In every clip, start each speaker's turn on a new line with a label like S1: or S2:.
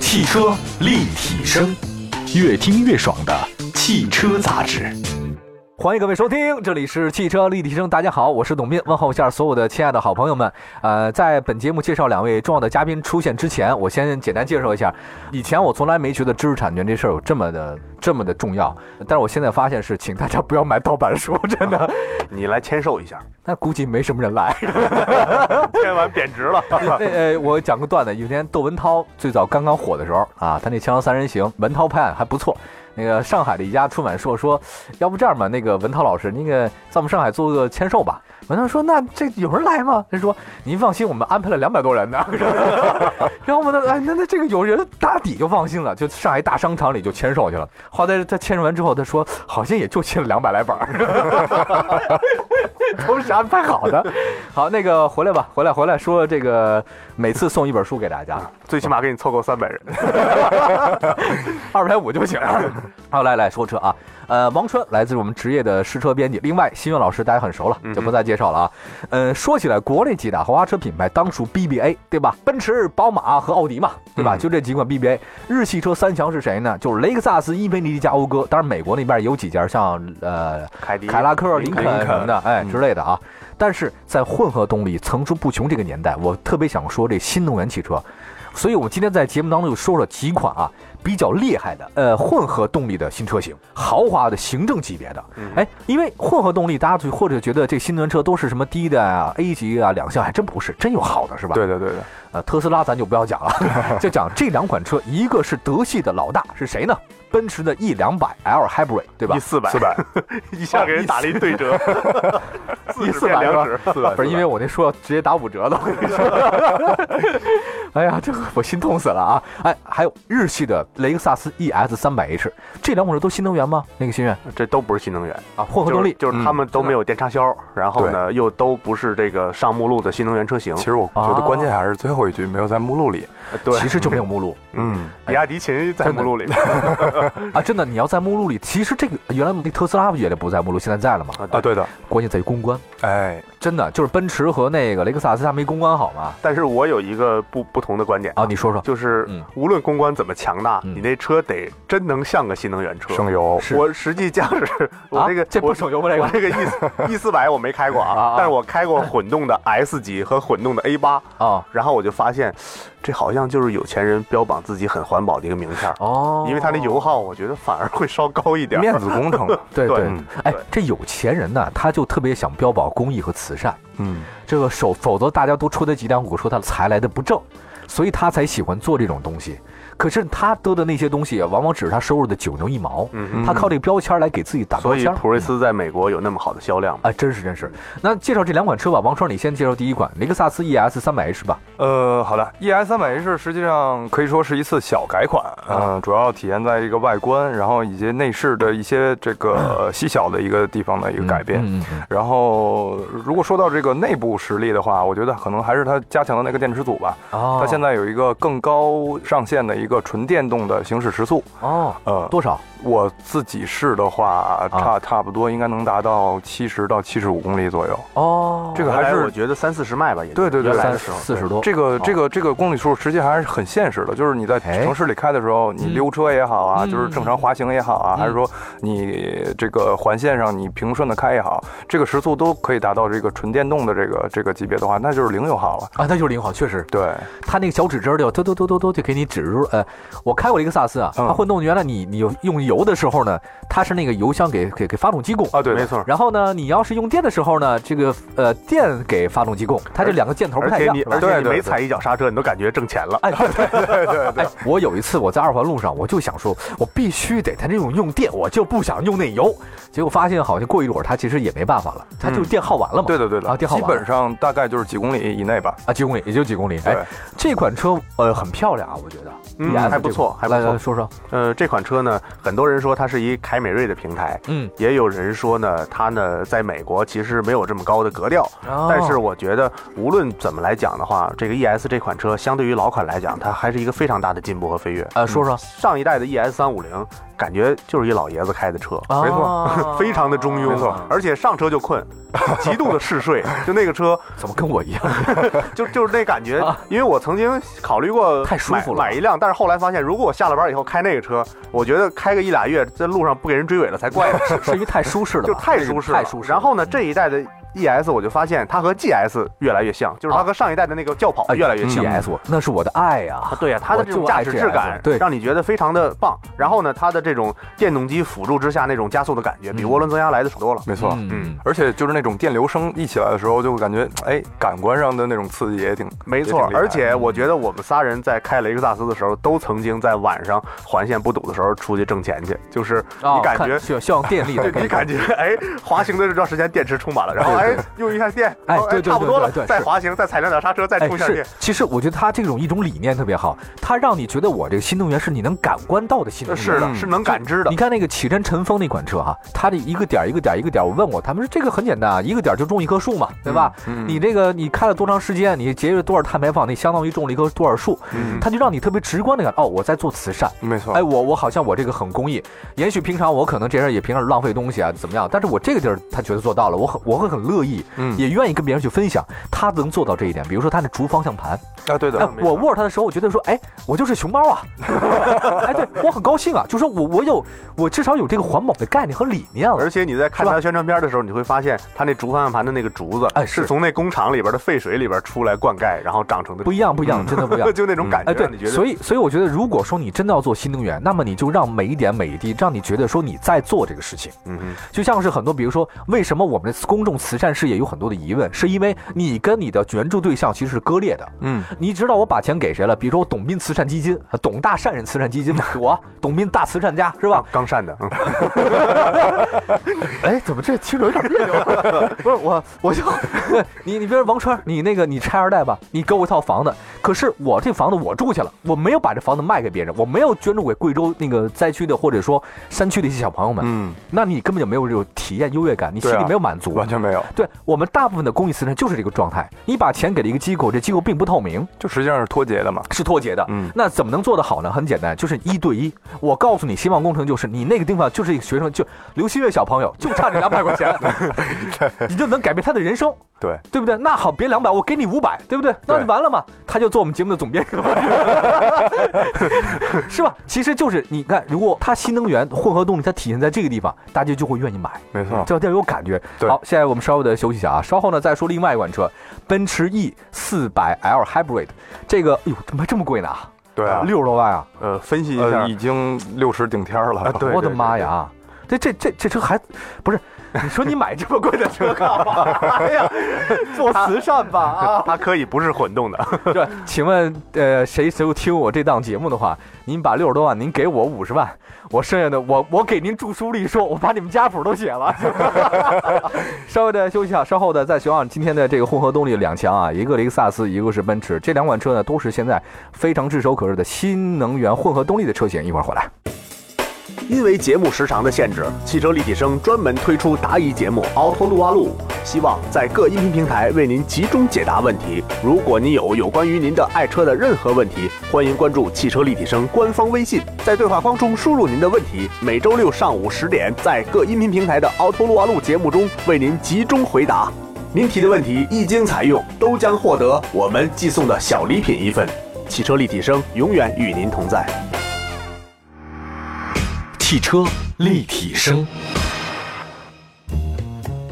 S1: 汽车立体声，越听越爽的汽车杂志。
S2: 欢迎各位收听，这里是汽车立体声。大家好，我是董斌，问候一下所有的亲爱的好朋友们。呃，在本节目介绍两位重要的嘉宾出现之前，我先简单介绍一下。以前我从来没觉得知识产权这事儿有这么的 这么的重要，但是我现在发现是，请大家不要买盗版书，真的。
S3: 你来签售一下，
S2: 那估计没什么人来。
S3: 签完贬值了。
S2: 呃呃，我讲个段子，有一天窦文涛最早刚刚火的时候啊，他那《锵锵三人行》文涛拍案还不错。那个上海的一家出版社说，要不这样吧，那个文涛老师，那个在我们上海做个签售吧。文涛说，那这有人来吗？他说，您放心，我们安排了两百多人呢。 然后我们呢，哎，那那这个有人打底就放心了，就上海大商场里就签售去了。后来他签售完之后，他说好像也就签了两百来本儿， 都是安排好的。好，那个回来吧，回来回来说这个每次送一本书给大家，
S3: 最起码给你凑够三百人。
S2: 二百五就行。好，来来说车啊，呃，王川来自我们职业的试车编辑，另外新月老师大家很熟了，就不再介绍了啊。呃，说起来，国内几大豪华车品牌当属 BBA 对吧？奔驰、宝马和奥迪嘛，对吧？
S3: 嗯
S2: 就这几款 BBA。日系车三强是谁呢？就是雷克萨斯、伊培尼迪加讴歌，当然美国那边有几家，像呃
S3: 凯迪、
S2: 凯拉克、林肯什么的，哎
S3: 嗯
S2: 之类的啊。但是在混合动力层出不穷这个年代，我特别想说这新能源汽车，所以我今天在节目当中就说了几款啊比较厉害的呃混合动力的新车型，豪华的行政级别的。
S3: 嗯
S2: 哎，因为混合动力大家就或者觉得这新能源车都是什么低的啊 A 级啊两厢，还真不是，真有好的是吧？
S3: 对对对对，
S2: 呃，特斯拉咱就不要讲了，就讲这两款车，一个是德系的老大是谁呢？奔驰的 E 两百 L Hybrid 对吧
S3: 一？四百，四百， 一下给人打了一对 折，四十
S2: 四百
S3: 变
S2: 是
S3: 两
S2: 吧
S3: 指，四百
S2: 不是因为我那说要直接打五折的，我 跟你说。哎呀，这个我心痛死了啊！哎，还有日系的雷克萨斯 ES 三百 H，这两款车都新能源吗？那个新源
S3: 这都不是新能源，嗯
S2: 啊，混
S3: 就
S2: 合动
S3: 是
S2: 力
S3: 就是他们都没有电插销，然后呢又都不是这个上目录的新能源车型。
S4: 其实我觉得
S2: 哦
S4: 关键还是最后一句没有在目录里。
S3: 对，
S2: 其实就没有 目录
S4: 嗯，
S3: 比亚迪秦在目录里面
S2: 啊，真的，你要在目录里，其实这个原来那特斯拉不也不在目录，现在在了吗？
S4: 啊，，对的，
S2: 关键在于公关，
S4: 哎，
S2: 真的就是奔驰和那个雷克萨斯它没公关好吗？
S3: 但是我有一个不不同的观点
S2: 啊，你说说，
S3: 就是
S2: 嗯
S3: 无论公关怎么强大，
S2: 嗯
S3: 你那车得真能像个新能源车。
S4: 省油
S2: 是
S3: 哦我实际驾驶，我
S2: 啊
S3: 这个、
S2: 这不
S3: 我
S2: 省油吗这个
S3: 我这个 E 四 E 四百我没开过
S2: 啊啊
S3: 啊，但是我开过混动的 S 级和混动的 A 八，
S2: 啊，
S3: 然后我就发现，这好像就是有钱人标榜自己很环保的一个名片儿，
S2: 哦，
S3: 因为它的油耗我觉得反而会稍高一点儿。
S4: 面子工程。
S2: 对
S3: 对
S2: 对
S4: 嗯，
S2: 哎
S3: 对，
S2: 这有钱人呢，他就特别想标榜公益和慈善。
S4: 嗯，
S2: 这个手，否则大家都出得脊梁骨，说他财来的不正，所以他才喜欢做这种东西。可是他得的那些东西，啊往往只是他收入的九牛一毛。
S3: 嗯
S4: 嗯
S3: 哼，
S2: 他靠这个标签来给自己打标
S3: 所以
S2: 签。
S3: 普锐斯在美国有那么好的销量吗？
S2: 啊，真是真是。那介绍这两款车吧，王川，你先介绍第一款雷克萨斯 ES 三百 H 吧。
S4: 呃，好的，ES 三百 H 实际上可以说是一次小改款，嗯、主要体现在一个外观，然后以及内饰的一些这个呃细小的一个地方的一个改变。
S2: 嗯嗯嗯
S4: 然后，如果说到这个内部实力的话，我觉得可能还是它加强的那个电池组吧。
S2: 哦，
S4: 它现在有一个更高上限的一个纯电动的行驶时速，
S2: 哦
S4: 呃，
S2: 多少？
S4: 我自己试的
S2: 啊
S4: 话，差差不多应该能达到七十到七十五公里左右。
S2: 哦，
S4: 这个还
S3: 原来
S4: 是
S3: 我觉得三四十迈吧，也
S4: 对对对
S3: 原来
S2: 三
S3: 的时候
S2: 四十多。
S4: 这个这个这个公里数实际还是很现实的，就是你在
S2: 哦哎
S4: 城市里开的时候，你
S2: 嗯
S4: 溜车也好啊，
S2: 嗯
S4: 就是正常滑行也好啊，
S2: 嗯
S4: 还是说你这个环线上你平顺的开也好，这个时速都可以达到这个纯电动的这个这个级别的话，那就是零油耗了。
S2: 啊，那就是零号，确实，
S4: 对，
S2: 它那个小指针儿就嘟嘟嘟嘟嘟就给你指出，呃，我开过雷克萨斯啊，
S4: 嗯
S2: 它混动原来你你有用油的时候呢，它是那个油箱给给给发动机供，
S4: 啊对，
S3: 没错。
S2: 然后呢，你要是用电的时候呢，这个呃电给发动机供，它这两个箭头不
S3: 而
S2: 太一
S3: 且
S2: 样
S3: 你，
S2: 是吧
S3: 而
S4: 对
S3: 且你
S4: 对
S3: 每
S4: 对
S3: 踩一脚刹车，你都感觉挣钱了。
S2: 哎，对对对对！哎，我有一次我在二环路上，我就想说，我必须得它这种用电，我就不想用那油。结果发现好像过一会儿，它其实也没办法了，它就是电耗完了
S3: 嗯
S2: 嘛。
S4: 对的对
S2: 啊
S4: 的，
S2: 电耗
S4: 基
S2: 完了
S4: 本上大概就是几公里以内吧。
S2: 啊，几公里也就几公里。哎
S4: 对，
S2: 这款车呃很漂亮啊，我觉得，
S3: 嗯
S2: ES
S3: 还不错
S2: 这款
S3: 还不错
S2: 来来说说，
S3: 呃，这款车呢，很多人说它是一凯美瑞的平台，
S2: 嗯，
S3: 也有人说呢，它呢在美国其实没有这么高的格调。
S2: 哦
S3: 但是我觉得，无论怎么来讲的话，这个 ES 这款车相对于老款来讲，它还是一个非常大的进步和飞跃。
S2: 呃说说，
S3: 上一代的 ES 三五零，感觉就是一老爷子开的车，
S2: 没
S4: 没错
S3: 非常的中庸，
S4: 没错
S3: 而且上车就困，极度的嗜 睡，就那个车，
S2: 怎么跟我一样？
S3: 就就是那感觉
S2: 啊。
S3: 因为我曾经考虑过
S2: 太舒服了
S3: 买买一辆，但是是后来发现，如果我下了班以后开那个车，我觉得开个一俩月，在路上不给人追尾了才怪呢，
S2: 是因为太舒适了吧，
S3: 就太舒适了。
S2: 太舒适了。嗯
S3: 然后呢，这一代的 ES 我就发现它和 GS 越来越像，就是它和上一代的那个轿跑
S2: 哦哎
S3: 越来越像。
S2: G S 我那是我的爱呀、
S3: 啊对呀、它的这种驾驶质感
S2: 我就爱 GS，对
S3: 让你觉得非常的棒。然后呢，它的这种电动机辅助之下那种加速的感觉，
S2: 嗯
S3: 比涡轮增压来的多了。
S4: 没错。
S3: 嗯，
S4: 而且就是那种电流声一起来的时候，就会感觉哎，感官上的那种刺激也挺
S3: 没
S4: 也
S3: 错
S4: 挺，厉害
S3: 而
S2: 嗯
S3: 且我觉得我们仨人在开雷克萨斯的时候，都曾经在晚上环线不堵的时候出去挣钱去，就是
S2: 哦
S3: 你感觉
S2: 看需要需要 电力
S3: 对，
S2: 的感
S3: 你
S2: 觉。
S3: 感觉哎，滑行的这段时间电池充满了，然后哎用一下电，
S2: 哎
S3: 然后
S2: 对对
S3: 差不多了
S2: 对对，对
S3: 再
S2: 是
S3: 滑行，再踩两脚刹车，再
S2: 哎
S3: 充，一下
S2: 是
S3: 电。，
S2: 其实我觉得他这种一种理念特别好，他让你觉得我这个新能源是你能感官到的新能源。
S3: 是的，
S4: 嗯
S3: 是能感知的
S2: 你。看那个启辰晨风那款车哈、它的一个点儿一个点儿一个点儿，我问过他们说这个很简单啊，一个点儿就种一棵树嘛，对吧？
S4: 嗯嗯
S2: 你这个你开了多长时间，你节约了多少碳排放，那相当于种了一棵多少树，
S4: 嗯
S2: 它就让你特别直观的感哦，我在做慈善。
S4: 没错。
S3: 嗯
S2: 哎，我我好像我这个很公益，也许平常我可能这人也平常浪费东西啊，怎么样？但是我这个地儿他觉得做到了，我很我会很乐意，
S4: 嗯
S2: 也愿意跟别人去分享，他能做到这一点。比如说他的竹方向盘，
S4: 啊，对的
S2: 哎，，
S3: 没
S2: 我
S3: 错
S2: 握着它的时候，我觉得说，哎，我就是 熊猫啊，哎，对我很高兴啊，就说我我有我至少有这个环保的概念和理念了
S3: 而。且你在看
S2: 是吧
S3: 它的宣传片的时候，你会发现它那竹方向盘的那个竹子，
S2: 哎是
S3: 是从那工厂里边的废水里边出来灌溉，然后长成的。
S2: 不一样，不一样，真的不一样
S3: 就那种嗯感觉，
S2: 哎，
S3: 让
S2: 对
S3: 你觉，得
S2: 所以所以我觉得，如果说你真的要做新能源，那么你就让每一点每一滴，让你觉得说你在做这个事情。
S3: 嗯哼。
S2: 就像是很多，比如说，为什么我们的公众慈善事业有很多的疑问，是因为你跟你的援助对象其实是割裂的。
S4: 嗯，
S2: 你知道我把钱给谁了？比如说我董斌慈善基金，啊董大善人慈善基金 嘛，我董斌大慈善家是吧？
S3: 刚善 的，嗯
S2: 哎，怎么这听着有点别扭？啊 不是我，我就你你别说王川，你那个你拆二代吧，你给我一套房子，可是我这房子我住去了，我没有把这房子卖给别人，我没有捐助给贵州那个灾区的或者说山区的一些小朋友们，
S4: 嗯，
S2: 那你根本就没有这种体验优越感，你心
S4: 对
S2: 里
S4: 啊
S2: 没有满足。
S4: 完全没有，
S2: 对我们大部分的公益慈善就是这个状态，你把钱给了一个机构，这机构并不透明，
S4: 就实际上是脱节的嘛。
S2: 是脱节的。
S4: 嗯
S2: 那怎么能做得好呢？很简单，就是一对一。我告诉你，希望工程就是你那个地方就是一个学生，就刘新月小朋友，就差这两百块钱，你就能改变他的人生，
S4: 对，
S2: 对不对？那好，别两百，我给你五百，对不对？那就完了嘛，他就做我们节目的总编辑了， 是吧？其实就是你看，如果他新能源混合动力，它体现在这个地方，大家就会愿意买。
S4: 没错。
S2: 这要有感觉。
S4: 对
S2: 好，现在我们稍微的休息一下啊，稍后呢再说另外一款车，奔驰 E 四百 L Hybrid，这个，哎呦，怎么还这么贵呢？
S4: 对啊，
S2: 六十多万啊！
S3: 呃，分析一下
S4: 呃，，已经六十顶天了。
S3: 对
S2: 我的妈呀！这这这这车还不是？你说你买这么贵的车干嘛呀？ 做慈善吧啊！
S3: 它可以不是混动的，
S2: 对，请问呃，谁谁听我这档节目的话，您把六十多万您给我五十万，我剩下的我我给您著书立说，我把你们家谱都写了。 稍微的休息一下，稍后的再讲讲今天的这个混合动力两强啊，一个雷克萨斯，一个是奔驰，这两款车呢都是现在非常炙手可热的新能源混合动力的车型。一会儿回来。
S3: 因为节目时长的限制，汽车立体声专门推出答疑节目《凹凸路啊路》，希望在各音频平台为您集中解答问题。如果您有有关于您的爱车的任何问题，欢迎关注汽车立体声官方微信，在对话框中输入您的问题。每周六上午十点，在各音频平台的《凹凸路啊路》节目中为您集中回答。您提的问题一经采用，都将获得我们寄送的小礼品一份。汽车立体声永远与您同在。
S1: 汽车立体声，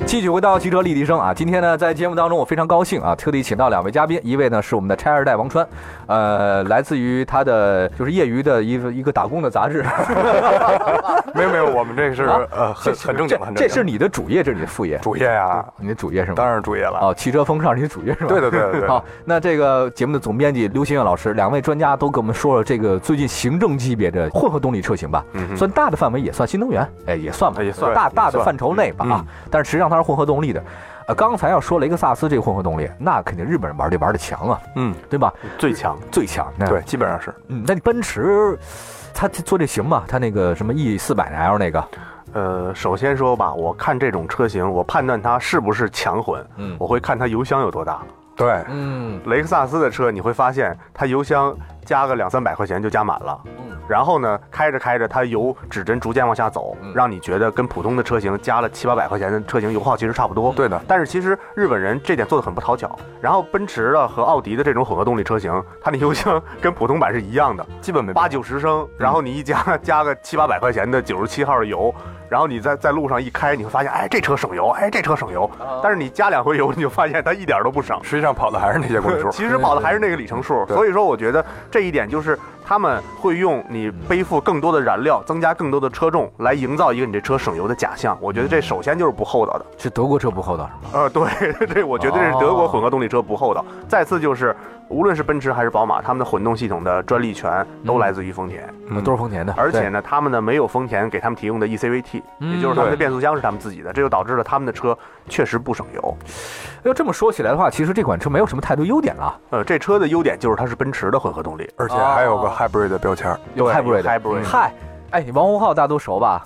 S2: 继续回到汽车立体声啊，今天呢，在节目当中，我非常高兴啊，特地请到两位嘉宾，一位呢是我们的拆二代王川，呃，来自于他的就是业余的一个一个打工的杂志，
S4: 没有没有，我们这个是
S2: 啊
S4: 呃很很正经，很正经。
S2: 这是你嗯的主业，这是你的副业，
S4: 主业呀，
S2: 你的主业是吗？
S4: 当然是主业了。
S2: 哦，汽车风尚是你的主业是吧？
S4: 对的对的对 的
S2: 好，那这个节目的总编辑刘新月老师，两位专家都给我们说了这个最近行政级别的混合动力车型吧，算大的范围也算新能源，哎，也算吧，
S4: 也算
S2: 大
S4: 对
S2: 大的
S4: 也算
S2: 范畴内吧啊。但是实际上它是混合动力的。呃，刚才要说雷克萨斯这个混合动力，那肯定日本人玩这玩的强啊，
S4: 嗯，
S2: 对吧？
S3: 最强。
S2: 最强。那
S4: 对，，基本上是。
S2: 嗯，那你奔驰，它它做这行吗？它那个什么 E 四百 L 那个，
S3: 呃，首先说吧，我看这种车型，我判断它是不是强混，
S2: 嗯
S3: 我会看它油箱有多大。
S4: 对，
S2: 嗯，嗯
S3: 雷克萨斯的车，你会发现它油箱加个两三百块钱就加满了，然后呢，开着开着，它油指针逐渐往下走，
S4: 嗯
S3: 让你觉得跟普通的车型加了七八百块钱的车型油耗其实差不多。
S4: 对的
S3: 但是其实日本人这点做的很不讨巧。然后奔驰的和奥迪的这种混合动力车型，它的油箱跟普通版是一样的，
S4: 基本没
S3: 八九十升，然后你一加加个七八百块钱的九十七号的油，然后你在在路上一开，你会发现，哎，这车省油，哎，这车省油。
S4: 哦
S3: 但是你加两回油，你就发现它一点都不省。
S4: 实际上跑的还是那些公里 数。
S3: 其实跑的还是那个里程数，
S4: 对
S3: 所以说我觉得这一点就是他们会用你背负更多的燃料，增加更多的车重，来营造一个你这车省油的假象。我觉得这首先就是不厚道的。
S2: 是德国车不厚道是吗？
S4: 嗯
S3: 呃，对， 这我觉得这是德国混合动力车不厚道。再次就是，无论是奔驰还是宝马，他们的混动系统的专利权都来自于丰田，
S4: 嗯
S2: 都是丰田的，
S3: 而且
S2: 对
S3: 呢，他们呢没有丰田给他们提供的 E ECVT，、
S2: 嗯
S3: 也就是他们的
S4: 对
S3: 变速箱是他们自己的，这就导致了他们的车确实不省油。
S2: 要这么说起来的话，其实这款车没有什么太多优点了，
S3: 呃，这车的优点就是它是奔驰的混合动力，
S4: 而且还有个 hybrid 的标签儿，
S2: 有
S3: 对
S2: hybrid
S3: 有 hybrid
S2: 嗨。哎，你王洪浩大家都 熟吧？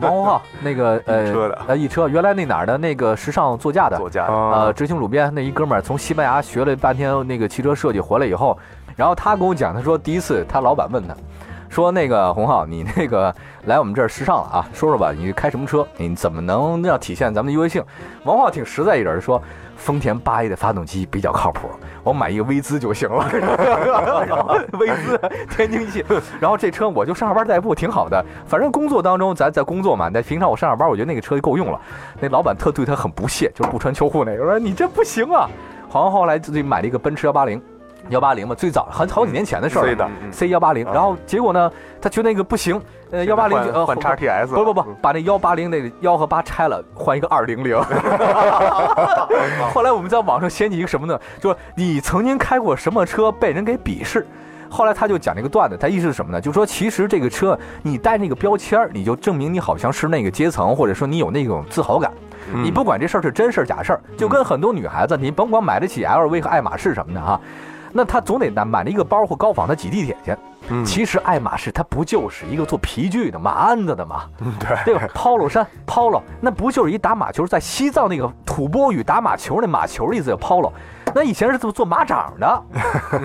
S2: 王洪浩那个呃，
S4: 一车的
S2: 呃，一车原来那哪儿的那个时尚座驾的，
S3: 座驾
S2: 呃，
S4: 啊，
S2: 执行主编那一哥们儿从西班牙学了半天那个汽车设计，回来以后，然后他跟我讲，他说第一次他老板问他，说那个洪浩，你那个 来我们这儿时尚了啊，说说吧，你开什么车？你怎么能要体现咱们的优越性？王浩挺实在一人，说丰田八 A 的发动机比较靠谱，我买一个威兹就行了。然后 威兹天津系，然后这车我就上下班代步，挺好的。反正工作当中咱在工作嘛，但平常我上下班，我觉得那个车就够用了。那老板特对他很不屑，就是不穿秋裤那个，说你这不行啊。好像后来自己买了一个奔驰幺八
S3: 嗯
S2: 零，幺八零嘛，最早很好几年前的事儿
S4: 所以
S2: 了。
S4: 的，
S2: C 幺八零，然后结果呢，他觉得那个不行，呃，幺八零呃
S3: 换换 XTS，
S2: 不不不
S3: 嗯，
S2: 把那幺八零那幺和八拆了，换一个二零零。后来我们在网上掀起一个什么呢？就是你曾经开过什么车被人给鄙视。后来他就讲这个段子，他意思是什么呢？就是说，其实这个车你带那个标签儿，你就证明你好像是那个阶层，或者说你有那种自豪感。你不管这事儿是真事儿假事儿，就跟很多女孩子，你甭管买得起 LV 和爱马仕什么的哈、那她总得拿买了一个包或高仿，她挤地铁去。
S4: 嗯
S2: 其实爱马仕它不就是一个做皮具的马鞍子的吗？
S4: 对，
S2: 对吧？polo 衫，polo，那不就是一打马球，在西藏那个吐蕃语打马球那马球的意思叫 polo。那以前是做做马掌的，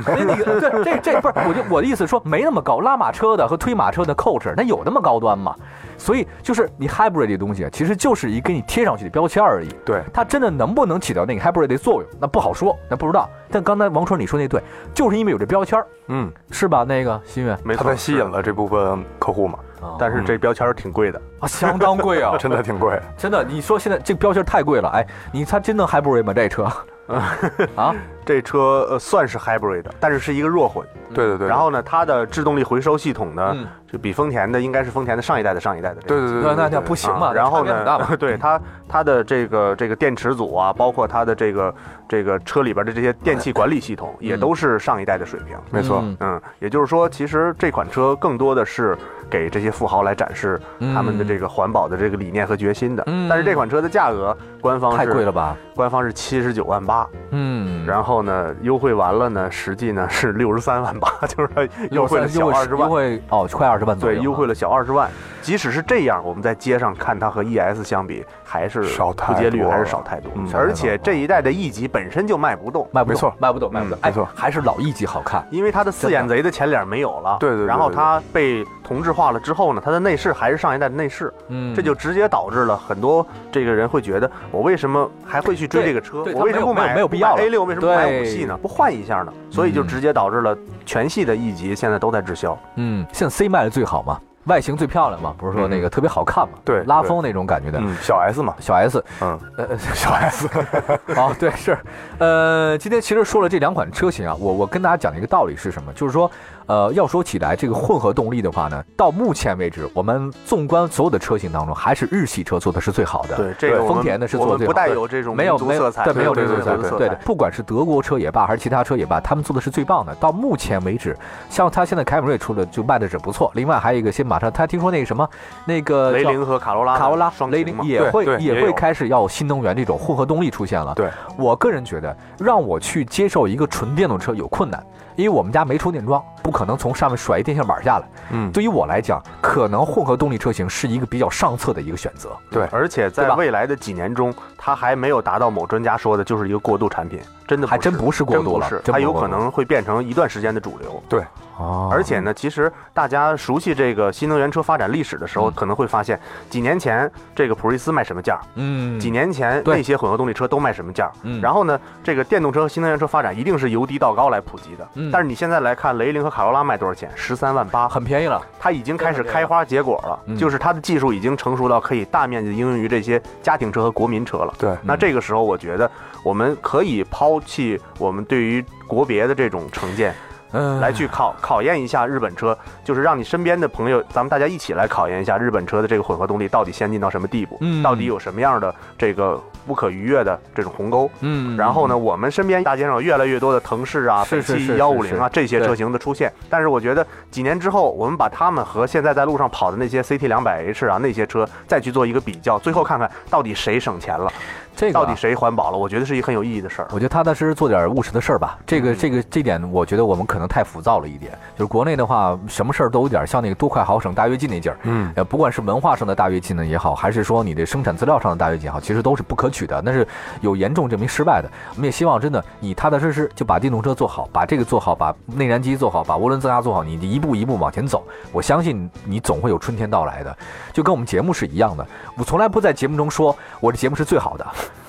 S2: 那那个对这这不是我就我的意思说没那么高，拉马车的和推马车的 coach 那有那么高端吗？所以就是你 hybrid 这东西啊其实就是一给你贴上去的标签而已。
S4: 对，
S2: 它真的能不能起到那个 hybrid 的作用，那不好说，那不知道。但刚才王川你说那对，就是因为有这标签儿，
S4: 嗯，
S2: 是吧？那个新月，
S3: 没
S4: 它
S3: 错，
S4: 才吸
S3: 是
S4: 引了这部分客户嘛，
S3: 但是这
S2: 嗯
S3: 标签儿挺贵的，
S2: 啊哦相当贵 啊，
S4: 真的挺贵。
S2: 真的，你说现在这标签太贵了，哎，你它真的 hybrid 吗？这车
S3: 嗯
S2: 啊，
S3: 这车呃算是 hybrid，但是是一个弱混。
S4: 对对对，
S3: 然后呢，它的制动力回收系统呢
S2: 嗯，
S3: 就比丰田的应该是丰田的上一代的上一代的这
S4: 对
S3: 个。
S4: 对对，
S2: 那那
S4: 对
S2: 那不行
S3: 啊
S2: 嘛，
S3: 然后
S2: 差别很大嗯嘛
S3: 呢，对它它的这个这个电池组啊，包括它的这个这个车里边的这些电气管理系统，也都是上一代的水平。
S4: 没错，
S2: 嗯
S3: 嗯，也就是说，其实这款车更多的是给这些富豪来展示他们的这个环保的这个理念和决心的。
S2: 嗯
S3: 但是这款车的价格，官方是
S2: 太贵了吧？
S3: 官方是七十九万八，
S2: 嗯，
S3: 然后呢，优惠完了呢，实际呢是六十三万八， 就是说优惠了
S2: 优
S3: 小二十万
S2: 优，惠哦，快二十万左右
S3: 对，
S2: 了，
S3: 优惠了小二十万。即使是这样，我们在街上看它和 ES 相比，还是
S4: 少太
S3: 不接率
S4: 多
S3: 还是
S4: 了
S3: 少太多
S4: 嗯，
S3: 而且这一代的 E 级本身就卖不动。
S2: 卖不动，
S4: 没错
S2: 卖不动，卖不
S3: 嗯
S2: 动，哎
S4: 没错
S2: 还是老一级好看，
S3: 因为它的四眼贼的前脸没有了，
S4: 对对对对
S3: 然后它被同质化了之后呢，它的内饰还是上一代的内饰，
S2: 嗯
S3: 这就直接导致了很多这个人会觉得，我为什么还会去追这
S2: 对
S3: 个车
S2: 对？它
S3: 我为什么不
S2: 没有
S3: 买
S2: 没有没有必要了
S3: A 六？为什么不买
S2: 对
S3: 五系呢？不换一下呢？所以就
S2: 嗯
S3: 直接导致了全系的 E 级现在都在滞销。
S2: 嗯，现在 C 卖的最好嘛，外形最漂亮嘛，不
S3: 嗯
S2: 是说那个特别好看嘛，
S4: 对
S2: 拉风那种感觉的。
S4: 嗯，小 S 嘛，
S2: 小 S，
S4: 嗯，
S2: 呃，
S4: 小 S，
S2: 哦，对，是，呃，今天其实说了这两款车型啊，我我跟大家讲的一个道理是什么？就是说，呃，要说起来这个混合动力的话呢，到目前为止，我们纵观所有的车型当中，还是日系车做的是最好的。
S3: 对，这个我们
S2: 丰田的是
S3: 我
S2: 做
S3: 们
S2: 最
S3: 不
S2: 好的
S3: 带有这种
S2: 没有
S3: 民族
S2: 没有
S3: 色彩，
S2: 对没有
S4: 对
S2: 这
S4: 对
S2: 个
S4: 对
S2: 色
S4: 对
S2: 彩
S4: 对
S2: 对
S3: 对
S2: 的，不管是德国车也罢，还是其他车也罢，他们做的是最棒的。到目前为止，像他现在凯美瑞出的就卖的是不错。另外还有一个，先马上他听说那个什么，那个
S3: 雷
S2: 呃叫
S3: 凌和卡罗拉的
S2: 卡罗拉
S3: 双、
S2: 雷
S3: 擎
S2: 凌
S3: 嘛
S2: 也
S4: 对
S2: 会
S4: 对
S2: 也
S4: 也
S2: 会
S4: 有
S2: 开始要新能源这种混合动力出现了。
S4: 对，
S2: 我个人觉得，让我去接受一个纯电动车有困难，因为我们家没充电桩，不可能从上面甩一电线板下来。
S4: 嗯，
S2: 对于我来讲，可能混合动力车型是一个比较上策的一个选择。
S4: 对
S3: 而且
S2: 对
S3: 在
S2: 吧
S3: 未来的几年中，它还没有达到某专家说的就是一个过渡产品，真的
S2: 还真
S3: 是
S2: 不是过渡
S3: 真
S2: 了
S3: 不是
S2: 真不
S3: 它
S2: 是
S3: 有
S2: 过
S3: 可
S2: 渡
S3: 能会变成一段时间的主流。
S4: 对，
S2: 哦
S3: 而且呢，其实大家熟悉这个新能源车发展历史的时候，可能会发现几年前这个普锐斯卖什么价儿，
S2: 嗯
S3: 几年前
S2: 对
S3: 那些混合动力车都卖什么价儿。
S2: 嗯
S3: 然后呢，这个电动车、新能源车发展一定是由低到高来普及的。
S2: 嗯
S3: 但是你现在来看，雷凌和卡罗拉卖多少钱？十三万八，
S2: 很便宜了，
S3: 它已经开始开花结果了，
S2: 嗯
S3: 就是它的技术已经成熟到可以大面积应用于这些家庭车和国民车了。
S4: 对，
S2: 嗯
S3: 那这个时候，我觉得我们可以抛弃我们对于国别的这种成见，
S2: 嗯
S3: 来去考考验一下日本车，就是让你身边的朋友，咱们大家一起来考验一下日本车的这个混合动力到底先进到什么地步，
S2: 嗯
S3: 到底有什么样的这个不可逾越的这种鸿沟。
S2: 嗯，
S3: 然后呢，我们身边大街上有越来越多的腾势啊、
S2: 是
S3: 北
S2: 是
S3: 汽
S2: 是
S3: 幺五零啊
S2: 是
S3: 这些
S2: 对
S3: 车型的出现，但是我觉得几年之后，我们把它们和现在在路上跑的那些 CT 两百 H 啊那些车再去做一个比较，最后看看到底谁省钱了，
S2: 这个啊
S3: 到底谁环保了，我觉得是一个很有意义的 事儿。
S2: 我觉得踏踏实实做点务实的事儿吧。这个
S3: 嗯
S2: 这个这点，我觉得我们可能太浮躁了一点。就是国内的话，什么事儿都有点像那个多快好省大跃进那劲儿。
S3: 嗯，
S2: 呃，不管是文化上的大跃进呢也好，还是说你的生产资料上的大跃进也好，其实都是不可取的，那是有严重证明失败的。我们也希望真的你踏踏实实就把电动车做好，把这个做好，把内燃机做好，把涡轮增压做好，你一步一步往前走，我相信你总会有春天到来的。就跟我们节目是一样的，我从来不在节目中说我的节目是最好的。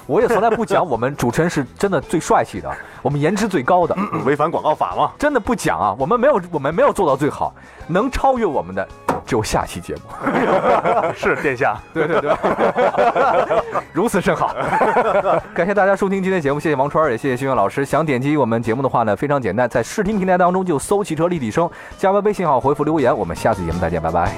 S2: 我也从来不讲我们主持人是真的最帅气 的，我们颜值最高的，
S3: 违反广告法嘛。
S2: 真的不讲啊，我们没有我们没有做到最好，能超越我们的只有下期节目。
S3: 是殿下，
S2: 对对对， 如此甚好。 感谢大家收听今天节目，谢谢王川儿，也谢谢新月老师。想点击我们节目的话呢，非常简单，在视听平台当中就搜“汽车立体声”，加微微信号回复留言。我们下次节目再见，拜拜。